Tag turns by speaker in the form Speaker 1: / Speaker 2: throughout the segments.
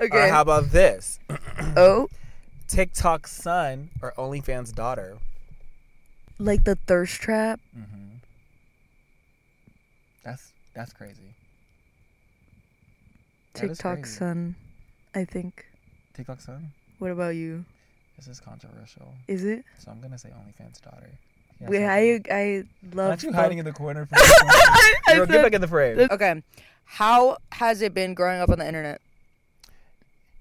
Speaker 1: about this?
Speaker 2: Oh,
Speaker 1: TikTok's son or OnlyFans daughter?
Speaker 2: like the thirst trap.
Speaker 1: Mm-hmm. That's that's crazy. That is
Speaker 2: TikTok
Speaker 1: crazy.
Speaker 2: son, I think.
Speaker 1: TikTok's son.
Speaker 2: What about you?
Speaker 1: This is controversial,
Speaker 2: Is it?
Speaker 1: so I'm gonna say OnlyFans daughter. Yeah,
Speaker 2: Wait,
Speaker 1: so-
Speaker 2: I I love.
Speaker 1: Aren't you
Speaker 2: both.
Speaker 1: hiding in the corner? For this one?
Speaker 2: I
Speaker 1: Girl,
Speaker 2: said-
Speaker 1: get back in the frame.
Speaker 2: Okay, how has it been growing up on the internet?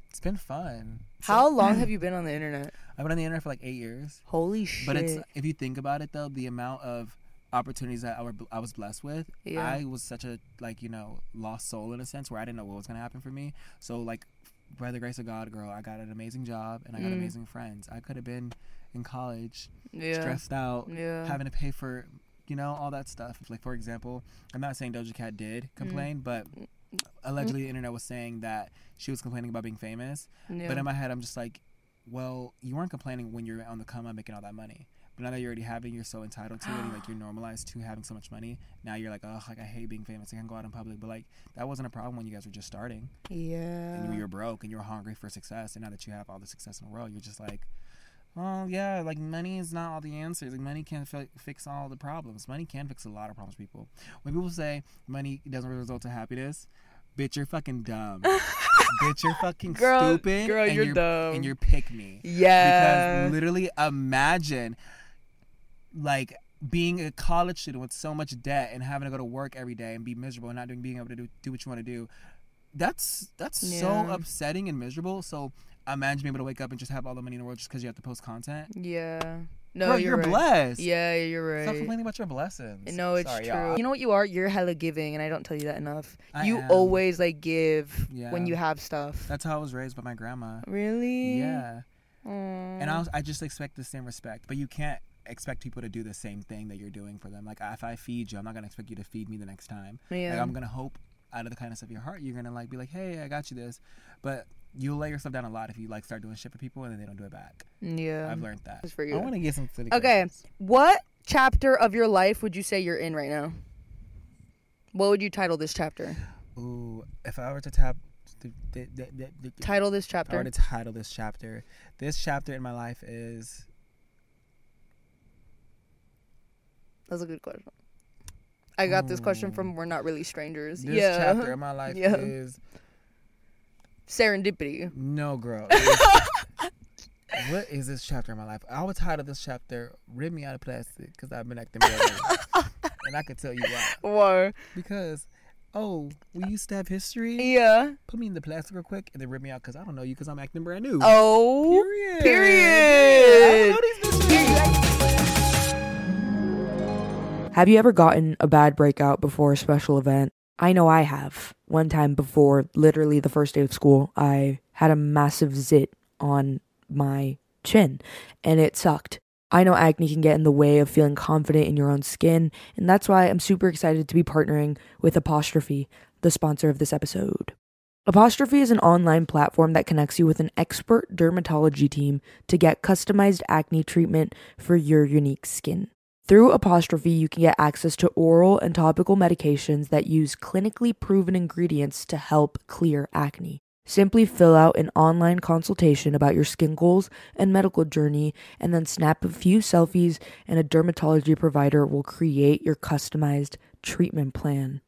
Speaker 1: It's been fun.
Speaker 2: How long have you been on the internet?
Speaker 1: I've been on the internet for like eight years.
Speaker 2: Holy shit!
Speaker 1: But it's if you think about it though, the amount of opportunities that I, were, I was blessed with,
Speaker 2: Yeah.
Speaker 1: I was such a like you know lost soul in a sense where I didn't know what was gonna happen for me. So like by the grace of God, girl, I got an amazing job and I got
Speaker 2: Mm.
Speaker 1: amazing friends. I could have been in college,
Speaker 2: yeah.
Speaker 1: stressed out,
Speaker 2: Yeah.
Speaker 1: having to pay for you know all that stuff. Like for example, I'm not saying Doja Cat did
Speaker 2: Mm.
Speaker 1: complain, but allegedly the internet was saying that she was complaining about being famous.
Speaker 2: yeah.
Speaker 1: But in my head, I'm just like, well, you weren't complaining when you're on the come up making all that money. But now that you already have it, you're so entitled to it, and like you're normalized to having so much money. Now you're like, oh, like I hate being famous. I can't go out in public. But like that wasn't a problem when you guys were just starting and
Speaker 2: yeah.
Speaker 1: you were broke and you were hungry for success. And now that you have all the success in the world, you're just like, well, yeah, like money is not all the answers. Like money can't fi- fix all the problems. Money can fix a lot of problems, people. When people say money doesn't result to happiness, bitch, you're fucking dumb. bitch, you're fucking
Speaker 2: Girl-
Speaker 1: stupid.
Speaker 2: girl,
Speaker 1: and
Speaker 2: you're dumb.
Speaker 1: And you're pick me.
Speaker 2: Yeah.
Speaker 1: Because
Speaker 2: Uh,
Speaker 1: literally imagine like being a college student with so much debt and having to go to work every day and be miserable and not doing being able to do, do what you want to do. That's that's so
Speaker 2: Yeah.
Speaker 1: upsetting and miserable. So imagine being able to wake up and just have all the money in the world just because you have to post content.
Speaker 2: yeah. No,
Speaker 1: Girl,
Speaker 2: you're,
Speaker 1: you're,
Speaker 2: right.
Speaker 1: blessed.
Speaker 2: Yeah, you're right.
Speaker 1: Stop complaining about your blessings.
Speaker 2: No, it's
Speaker 1: Sorry,
Speaker 2: true.
Speaker 1: y'all.
Speaker 2: You know what you are? You're hella giving, and I don't tell you that enough.
Speaker 1: I
Speaker 2: you
Speaker 1: am.
Speaker 2: always like give
Speaker 1: Yeah.
Speaker 2: when you have stuff.
Speaker 1: That's how I was raised by my grandma.
Speaker 2: really? Mm,
Speaker 1: Yeah.
Speaker 2: And
Speaker 1: And I, was, I just expect the same respect, but you can't expect people to do the same thing that you're doing for them. Like if I feed you, I'm not gonna expect you to feed me the next time.
Speaker 2: Yeah.
Speaker 1: Like I'm gonna hope out of the kindness of your heart, you're gonna like be like, hey, I got you this, but you'll let yourself down a lot if you like start doing shit for people and then they don't do it back.
Speaker 2: yeah.
Speaker 1: I've learned that.
Speaker 2: This is Um, for you.
Speaker 1: I want to get some silly
Speaker 2: Okay.
Speaker 1: questions.
Speaker 2: What chapter of your life would you say you're in right now? What would you title this chapter?
Speaker 1: Ooh, if I were to tap, th- th- th- th- th-
Speaker 2: Title this
Speaker 1: if I were
Speaker 2: chapter.
Speaker 1: to title this chapter, this chapter in my life is
Speaker 2: That's a good question. I got this question from We're Not Really Strangers.
Speaker 1: this
Speaker 2: yeah.
Speaker 1: chapter in my life
Speaker 2: Yeah.
Speaker 1: is
Speaker 2: Serendipity.
Speaker 1: No, girl. It's- what is this chapter in my life? I was tired of this chapter. Rip me out of plastic because I've been acting real. lame. and I could tell you why.
Speaker 2: Whoa.
Speaker 1: Because, oh, we used to have history.
Speaker 2: Yeah.
Speaker 1: Put me in the plastic real quick and then rip me out because I don't know you because I'm acting brand new.
Speaker 2: Oh.
Speaker 1: Period.
Speaker 2: Period.
Speaker 1: I don't know these bitches.
Speaker 3: Have you ever gotten a bad breakout before a special event? I know I have. One time before literally the first day of school, I had a massive zit on my chin and it sucked. I know acne can get in the way of feeling confident in your own skin, and that's why I'm super excited to be partnering with Apostrophe, the sponsor of this episode. Apostrophe is an online platform that connects you with an expert dermatology team to get customized acne treatment for your unique skin. Through Apostrophe, you can get access to oral and topical medications that use clinically proven ingredients to help clear acne. Simply fill out an online consultation about your skin goals and medical journey, and then snap a few selfies, and a dermatology provider will create your customized treatment plan.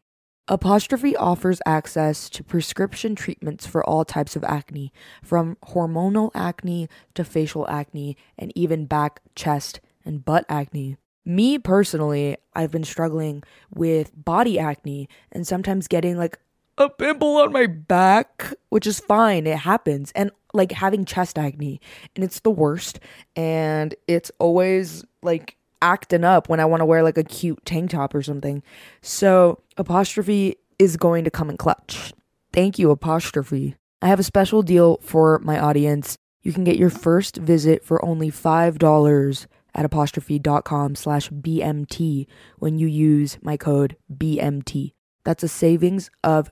Speaker 3: Apostrophe offers access to prescription treatments for all types of acne, from hormonal acne to facial acne, and even back, chest, and butt acne. Me personally, I've been struggling with body acne and sometimes getting like a pimple on my back, which is fine. It happens. And like having chest acne, and it's the worst. And it's always like acting up when I want to wear like a cute tank top or something. So, apostrophe is going to come in clutch. Thank you, apostrophe. I have a special deal for my audience. You can get your first visit for only $5 at apostrophe.com slash BMT when you use my code BMT. That's a savings of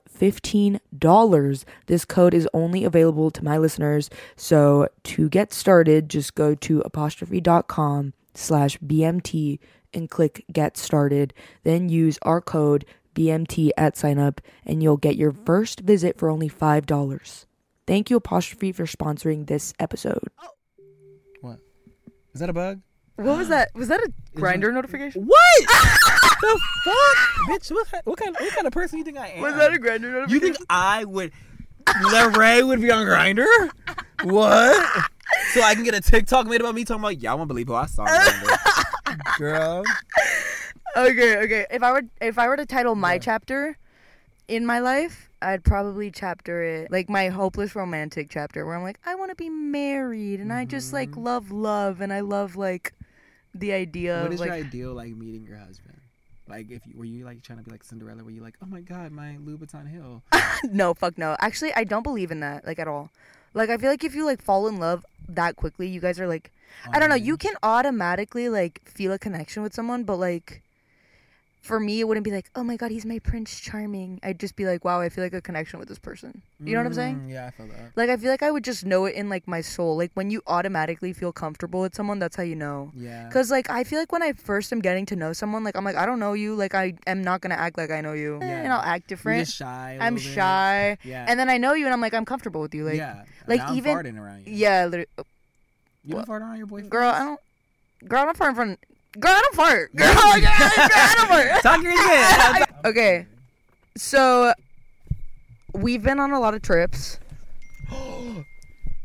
Speaker 3: $15. This code is only available to my listeners. So to get started, just go to apostrophe.com slash BMT and click get started. Then use our code BMT at sign up and you'll get your first visit for only $5. Thank you, Apostrophe, for sponsoring this episode.
Speaker 1: What? Is that a bug?
Speaker 2: What was that? Was that a grinder notification?
Speaker 1: What? the fuck, bitch? What, kind- what kind? What kind of person you think I am?
Speaker 2: Was that a grinder notification?
Speaker 1: you think I would? Larray would be on Grinder? What? So I can get a TikTok made about me talking about y'all won't believe who I saw. on Grindr." Girl,
Speaker 2: okay, okay. If I were if I were to title my chapter in my life, I'd probably chapter it like my hopeless romantic chapter where I'm like, I want to be married and I just like
Speaker 1: Mm-hmm.
Speaker 2: love love and I love like the idea
Speaker 1: what
Speaker 2: of
Speaker 1: is
Speaker 2: like
Speaker 1: your ideal like meeting your husband? Like, if you, were you like trying to be like Cinderella, were you like, oh my god, my Louboutin Hill?
Speaker 2: no, fuck no. Actually, I don't believe in that like at all. Like I feel like if you like fall in love that quickly, you guys are like I
Speaker 1: Um,
Speaker 2: don't know, you can automatically like feel a connection with someone, but like for me it wouldn't be like, "Oh my god, he's my prince charming." I'd just be like, "Wow, I feel like a connection with this person." You know what I'm saying?
Speaker 1: Mm, Yeah, I feel that.
Speaker 2: Like I feel like I would just know it in like my soul. Like when you automatically feel comfortable with someone, that's how you know.
Speaker 1: Yeah.
Speaker 2: Cause like I feel like when I first am getting to know someone, like I'm like I don't know you. Like I am not gonna act like I know you,
Speaker 1: Yeah.
Speaker 2: and I'll act
Speaker 1: You're
Speaker 2: different.
Speaker 1: just shy. i
Speaker 2: I'm shy,
Speaker 1: Yeah.
Speaker 2: and then I know you, and I'm like I'm comfortable with you. Like yeah,
Speaker 1: yeah.
Speaker 2: like,
Speaker 1: now I'm
Speaker 2: even-
Speaker 1: farting around you.
Speaker 2: literally,
Speaker 1: You
Speaker 2: Well,
Speaker 1: don't fart around your boyfriend.
Speaker 2: girl, I don't, girl, I don't fart in front. Girl, I don't fart. Girl, girl, I don't fart.
Speaker 1: Talk your shit.
Speaker 2: Okay, so we've been on a lot of trips.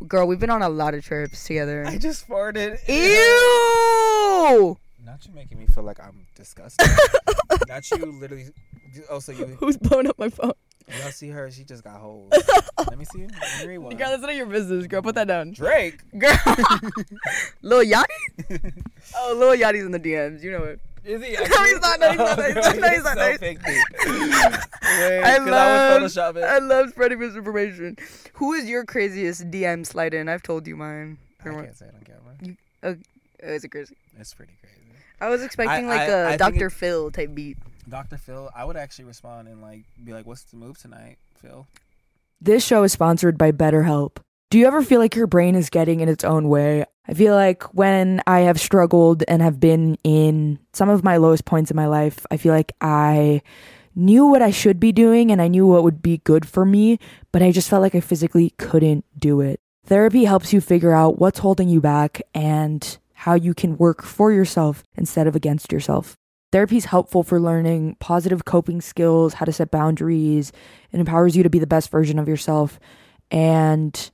Speaker 2: Girl, we've been on a lot of trips together.
Speaker 1: I just farted.
Speaker 2: Ew!
Speaker 1: Not you making me feel like I'm disgusted. Not you literally. Oh, so you
Speaker 2: Who's blowing up my phone?
Speaker 1: y'all see her? She just got holes. Let me see. Let me rewind.
Speaker 2: Girl, that's none of your business, girl. Put that down.
Speaker 1: Drake.
Speaker 2: Girl. Lil Yachty? Oh, Lil Yachty's in the DMs. You know it.
Speaker 1: Is he?
Speaker 2: No, he's not. No, he's not. No, he's not. No, he's not. No, he's- I love,
Speaker 1: Photoshop it.
Speaker 2: I love spreading misinformation. Who is your craziest DM slide in? I've told you mine.
Speaker 1: I
Speaker 2: Remember-
Speaker 1: can't say it on camera.
Speaker 2: Oh, is it crazy?
Speaker 1: It's pretty crazy.
Speaker 2: I was expecting
Speaker 1: I-
Speaker 2: like a
Speaker 1: I think
Speaker 2: Dr. Phil type beat.
Speaker 1: Dr. Phil, I would actually respond and like be like, "What's the move tonight, Phil?"
Speaker 3: This show is sponsored by BetterHelp. Do you ever feel like your brain is getting in its own way? I feel like when I have struggled and have been in some of my lowest points in my life, I feel like I knew what I should be doing and I knew what would be good for me, but I just felt like I physically couldn't do it. Therapy helps you figure out what's holding you back and how you can work for yourself instead of against yourself. Therapy is helpful for learning positive coping skills, how to set boundaries. It empowers you to be the best version of yourself and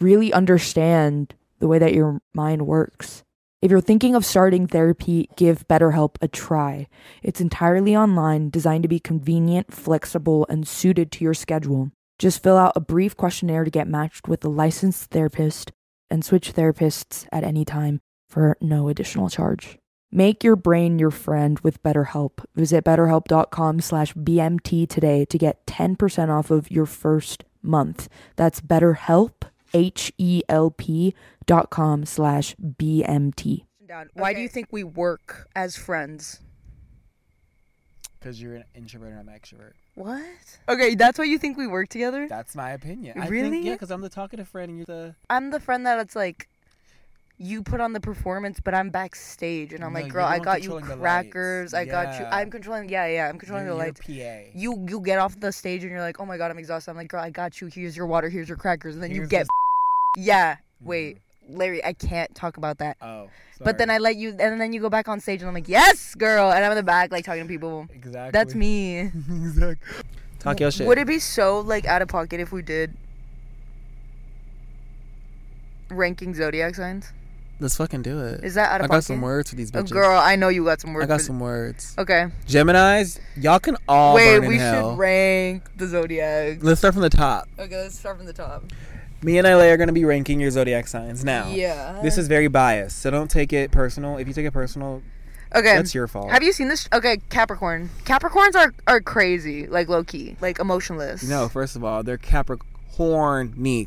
Speaker 3: really understand the way that your mind works. If you're thinking of starting therapy, give BetterHelp a try. It's entirely online, designed to be convenient, flexible, and suited to your schedule. Just fill out a brief questionnaire to get matched with a licensed therapist and switch therapists at any time for no additional charge. Make your brain your friend with BetterHelp. Visit betterhelp.com slash BMT today to get 10% off of your first month. That's betterhelp, H-E-L-P dot com slash BMT.
Speaker 2: Why do you think we work as friends?
Speaker 1: Because you're an introvert and I'm an extrovert.
Speaker 2: What? Okay, that's why you think we work together?
Speaker 1: That's my opinion. I
Speaker 2: Really?
Speaker 1: Think, yeah, because I'm the talkative friend and you're the.
Speaker 2: I'm the friend that it's like you put on the performance, but I'm backstage and I'm
Speaker 1: No,
Speaker 2: like,
Speaker 1: you're
Speaker 2: girl,
Speaker 1: the
Speaker 2: I
Speaker 1: one
Speaker 2: got you
Speaker 1: controlling the
Speaker 2: crackers, I
Speaker 1: lights.
Speaker 2: got you.
Speaker 1: Yeah.
Speaker 2: I'm controlling. Yeah, yeah, I'm controlling
Speaker 1: you're,
Speaker 2: the
Speaker 1: you're
Speaker 2: lights.
Speaker 1: PA.
Speaker 2: You you get off the stage and you're like, oh my god, I'm exhausted. I'm like, girl, I got you. Here's your water. Here's your crackers. And then you
Speaker 1: Here's
Speaker 2: get.
Speaker 1: Mm-hmm. this-
Speaker 2: Yeah. Wait, Larry, I can't talk about that.
Speaker 1: Oh.
Speaker 2: But then I
Speaker 1: sorry.
Speaker 2: let you, and then you go back on stage, and I'm like, yes, girl, and I'm in the back like talking to people.
Speaker 1: Exactly.
Speaker 2: That's me.
Speaker 1: exactly. Talk your shit.
Speaker 2: Would it be so like out of pocket if we did ranking zodiac signs?
Speaker 1: Let's fucking do it.
Speaker 2: Is that out
Speaker 1: I
Speaker 2: of
Speaker 1: got
Speaker 2: pocket?
Speaker 1: some words for these
Speaker 2: Oh,
Speaker 1: bitches.
Speaker 2: girl, I know you got some words.
Speaker 1: I got
Speaker 2: for-
Speaker 1: some words.
Speaker 2: Okay.
Speaker 1: Gemini's, y'all can all
Speaker 2: Wait,
Speaker 1: burn
Speaker 2: we
Speaker 1: in hell.
Speaker 2: should rank the zodiac.
Speaker 1: Let's start from the top.
Speaker 2: Okay, let's start from the top.
Speaker 1: Me and Islay are gonna be ranking your zodiac signs now.
Speaker 2: Yeah.
Speaker 1: This is very biased, so don't take it personal. If you take it personal,
Speaker 2: Okay.
Speaker 1: that's your fault.
Speaker 2: Have you seen this? Okay, Capricorn. Capricorns are are crazy, like low key, like emotionless.
Speaker 1: No, first of all, they're Capricorny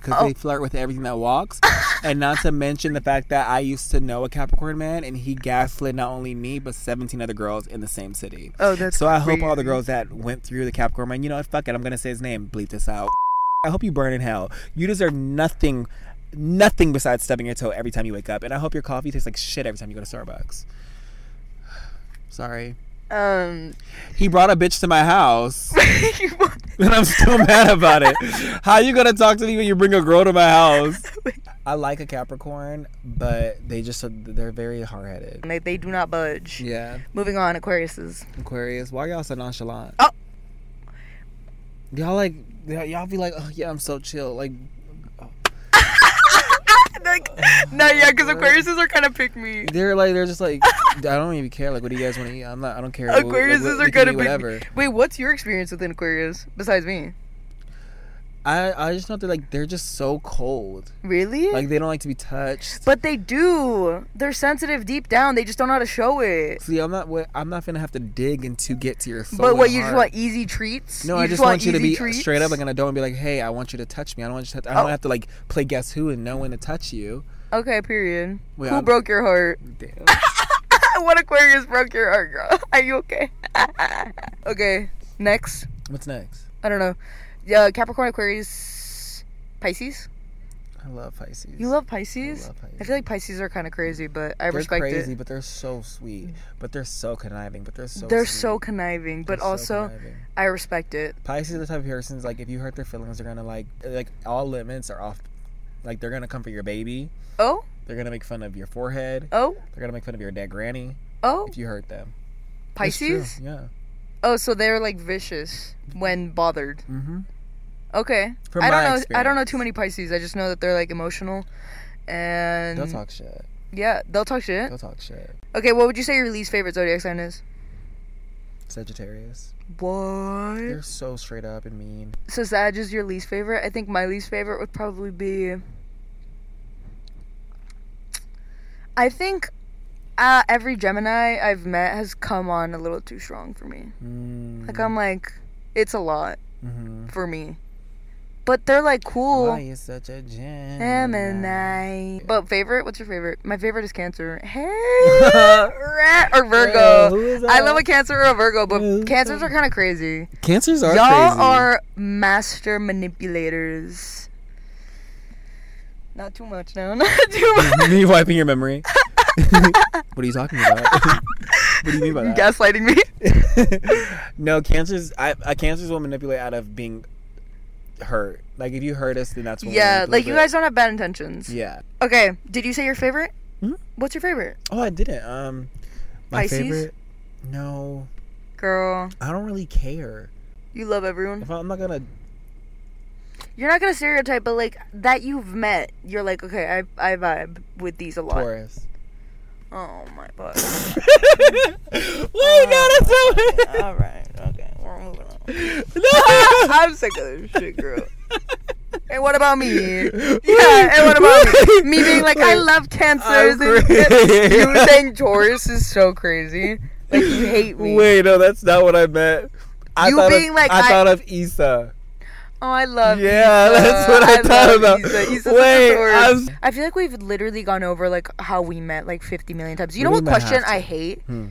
Speaker 1: because
Speaker 2: Oh.
Speaker 1: they flirt with everything that walks. and not to mention the fact that I used to know a Capricorn man and he gaslit not only me, but 17 other girls in the same city.
Speaker 2: Oh, that's.
Speaker 1: so I hope all the
Speaker 2: crazy.
Speaker 1: girls that went through the Capricorn man, you know what? Fuck it. I'm going to say his name. Bleep this out. I hope you burn in hell. You deserve nothing, nothing besides stubbing your toe every time you wake up. And I hope your coffee tastes like shit every time you go to Starbucks. Sorry.
Speaker 2: Um,
Speaker 1: He brought a bitch to my house, and I'm still mad about it. How you gonna talk to me when you bring a girl to my house? I like a Capricorn, but they just they're very hard headed.
Speaker 2: they, they do not budge.
Speaker 1: Yeah,
Speaker 2: Moving on, Aquariuses.
Speaker 1: Aquarius. Why y'all so nonchalant?
Speaker 2: Oh.
Speaker 1: Y'all like y'all be like, oh yeah, I'm so chill. Like
Speaker 2: like, no, yeah, because Aquariuses are kind of pick me.
Speaker 1: they're like they're just like I don't even care. Like what do you guys want to eat? I'm not. I don't care. We'll- like,
Speaker 2: Aquariuses
Speaker 1: we-
Speaker 2: are
Speaker 1: we can
Speaker 2: gonna
Speaker 1: eat
Speaker 2: pick
Speaker 1: whatever.
Speaker 2: me. Wait, what's your experience with an Aquarius besides me?
Speaker 1: I I just know they're like they're just so cold.
Speaker 2: Really?
Speaker 1: Like they don't like to be touched.
Speaker 2: but they do. They're sensitive deep down. They just don't know how to show it.
Speaker 1: See, I'm not. wa- I'm not gonna have to dig and to get to your soul.
Speaker 2: but what
Speaker 1: and
Speaker 2: you just
Speaker 1: heart.
Speaker 2: want easy treats?
Speaker 1: No, I just want, you to
Speaker 2: easy
Speaker 1: be
Speaker 2: treats?
Speaker 1: straight up like an adult and be like, "Hey, I want you to touch me. I don't want you to. Touch, I don't
Speaker 2: Oh.
Speaker 1: have to like play guess who and know when to touch you."
Speaker 2: Okay, period.
Speaker 1: Wait,
Speaker 2: Who
Speaker 1: I'm-
Speaker 2: broke your heart?
Speaker 1: Damn.
Speaker 2: what Aquarius broke your heart, girl? Are you okay? okay, next.
Speaker 1: What's next?
Speaker 2: I don't know. Yeah, Capricorn, Aquarius, Pisces.
Speaker 1: I love Pisces.
Speaker 2: You love Pisces?
Speaker 1: I love Pisces.
Speaker 2: I feel like Pisces are kind of crazy, but I
Speaker 1: they're
Speaker 2: respect
Speaker 1: crazy,
Speaker 2: it. Mm.
Speaker 1: but they're so sweet. But they're so conniving. But they're so.
Speaker 2: They're
Speaker 1: sweet.
Speaker 2: so conniving, but
Speaker 1: They're so
Speaker 2: also
Speaker 1: conniving.
Speaker 2: I respect it.
Speaker 1: Pisces are the type of persons like if you hurt their feelings, they're gonna like like all limits are off. Like they're gonna come for your baby.
Speaker 2: Oh,
Speaker 1: They're gonna make fun of your forehead.
Speaker 2: oh,
Speaker 1: They're gonna make fun of your dead granny
Speaker 2: oh,
Speaker 1: if you hurt them. It's true,
Speaker 2: Pisces.
Speaker 1: Yeah.
Speaker 2: Oh, so they're like vicious when bothered.
Speaker 1: Mm-hmm.
Speaker 2: Okay,
Speaker 1: From
Speaker 2: I don't
Speaker 1: my
Speaker 2: know. I don't know
Speaker 1: experience.
Speaker 2: too many Pisces. I just know that they're like emotional, and
Speaker 1: They'll talk shit.
Speaker 2: yeah, they'll talk shit.
Speaker 1: They'll talk shit.
Speaker 2: Okay, what would you say your least favorite zodiac sign is?
Speaker 1: Sagittarius.
Speaker 2: What? Eh.
Speaker 1: They're so straight up and mean.
Speaker 2: So Sag is your least favorite. I think my least favorite would probably be. I think uh, every Gemini I've met has come on a little too strong for me.
Speaker 1: Mm.
Speaker 2: Like I'm like, it's a lot
Speaker 1: Mm-hmm.
Speaker 2: for me. But they're like cool.
Speaker 1: Why you such a Gemini?
Speaker 2: Gemini. But favorite? What's your favorite? My favorite is Cancer. Hey, rat- or Virgo. I love a Cancer or a Virgo,
Speaker 1: Who's
Speaker 2: but Cancers
Speaker 1: that?
Speaker 2: are kind of crazy.
Speaker 1: Cancers are
Speaker 2: Y'all
Speaker 1: crazy.
Speaker 2: are master manipulators. Not too much now. Not too much.
Speaker 1: me wiping your memory. what are you talking about? what do you mean by that?
Speaker 2: Gaslighting me.
Speaker 1: no, cancers. I, I cancers will manipulate out of being hurt. Like if you hurt us, then that's when we
Speaker 2: Yeah,
Speaker 1: manipulate,
Speaker 2: like you
Speaker 1: but-
Speaker 2: guys don't have bad intentions.
Speaker 1: Yeah.
Speaker 2: Okay, did you say your favorite?
Speaker 1: Hmm?
Speaker 2: What's your favorite?
Speaker 1: Oh, I didn't. Um, my
Speaker 2: Pisces?
Speaker 1: favorite. No,
Speaker 2: Girl,
Speaker 1: I don't really care.
Speaker 2: you love everyone.
Speaker 1: If I, I'm not gonna
Speaker 2: You're not gonna stereotype, but like that you've met, you're like, okay, I I vibe with these a lot.
Speaker 1: Taurus.
Speaker 2: Oh my god.
Speaker 1: Wait, no, that's not.
Speaker 2: All right, okay, we're moving on.
Speaker 1: no.
Speaker 2: I'm sick of this shit, girl. And what about me? Yeah, and what about me? Me being like, I love cancers.
Speaker 1: I'm
Speaker 2: And
Speaker 1: crazy.
Speaker 2: you saying Taurus is so crazy. Like you hate me.
Speaker 1: Wait, no, that's not what I meant. I
Speaker 2: You
Speaker 1: thought
Speaker 2: being
Speaker 1: of,
Speaker 2: like,
Speaker 1: I,
Speaker 2: I-
Speaker 1: thought of Issa.
Speaker 2: Oh, I love.
Speaker 1: Yeah,
Speaker 2: Issa.
Speaker 1: that's what I thought
Speaker 2: love
Speaker 1: about.
Speaker 2: Issa. Issa's such a
Speaker 1: Wait,
Speaker 2: Taurus.
Speaker 1: I'm-
Speaker 2: I feel like we've literally gone over like how we met like 50 million times. You know
Speaker 1: We
Speaker 2: what
Speaker 1: might have
Speaker 2: question
Speaker 1: to.
Speaker 2: I hate?
Speaker 1: Hmm.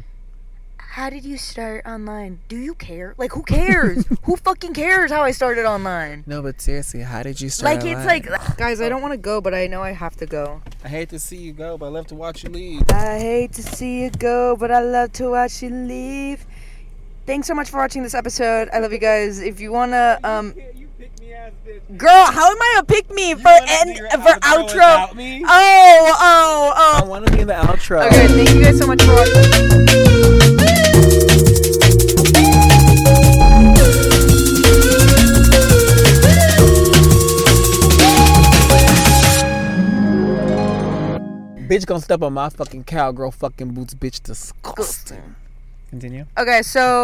Speaker 2: How did you start online? Do you care? Like who cares? who fucking cares how I started online?
Speaker 1: No, but seriously, how did you start?
Speaker 2: Like it's
Speaker 1: online?
Speaker 2: like guys, I don't want to go, but I know I have to go.
Speaker 1: I hate to see you go, but I love to watch you leave.
Speaker 2: I hate to see you go, but I love to watch you leave. Thanks so much for watching this episode. I love you guys. If you wanna, um,
Speaker 1: You pick me ass bitch.
Speaker 2: girl, how am I a pick me for end for outro?
Speaker 1: Me?
Speaker 2: Oh, oh,
Speaker 1: I
Speaker 2: oh.
Speaker 1: want to be in the outro.
Speaker 2: Okay, thank you guys so much for watching.
Speaker 1: Bitch gonna step on my fucking cowgirl fucking boots, bitch. Disgusting. Continue.
Speaker 2: Okay, so.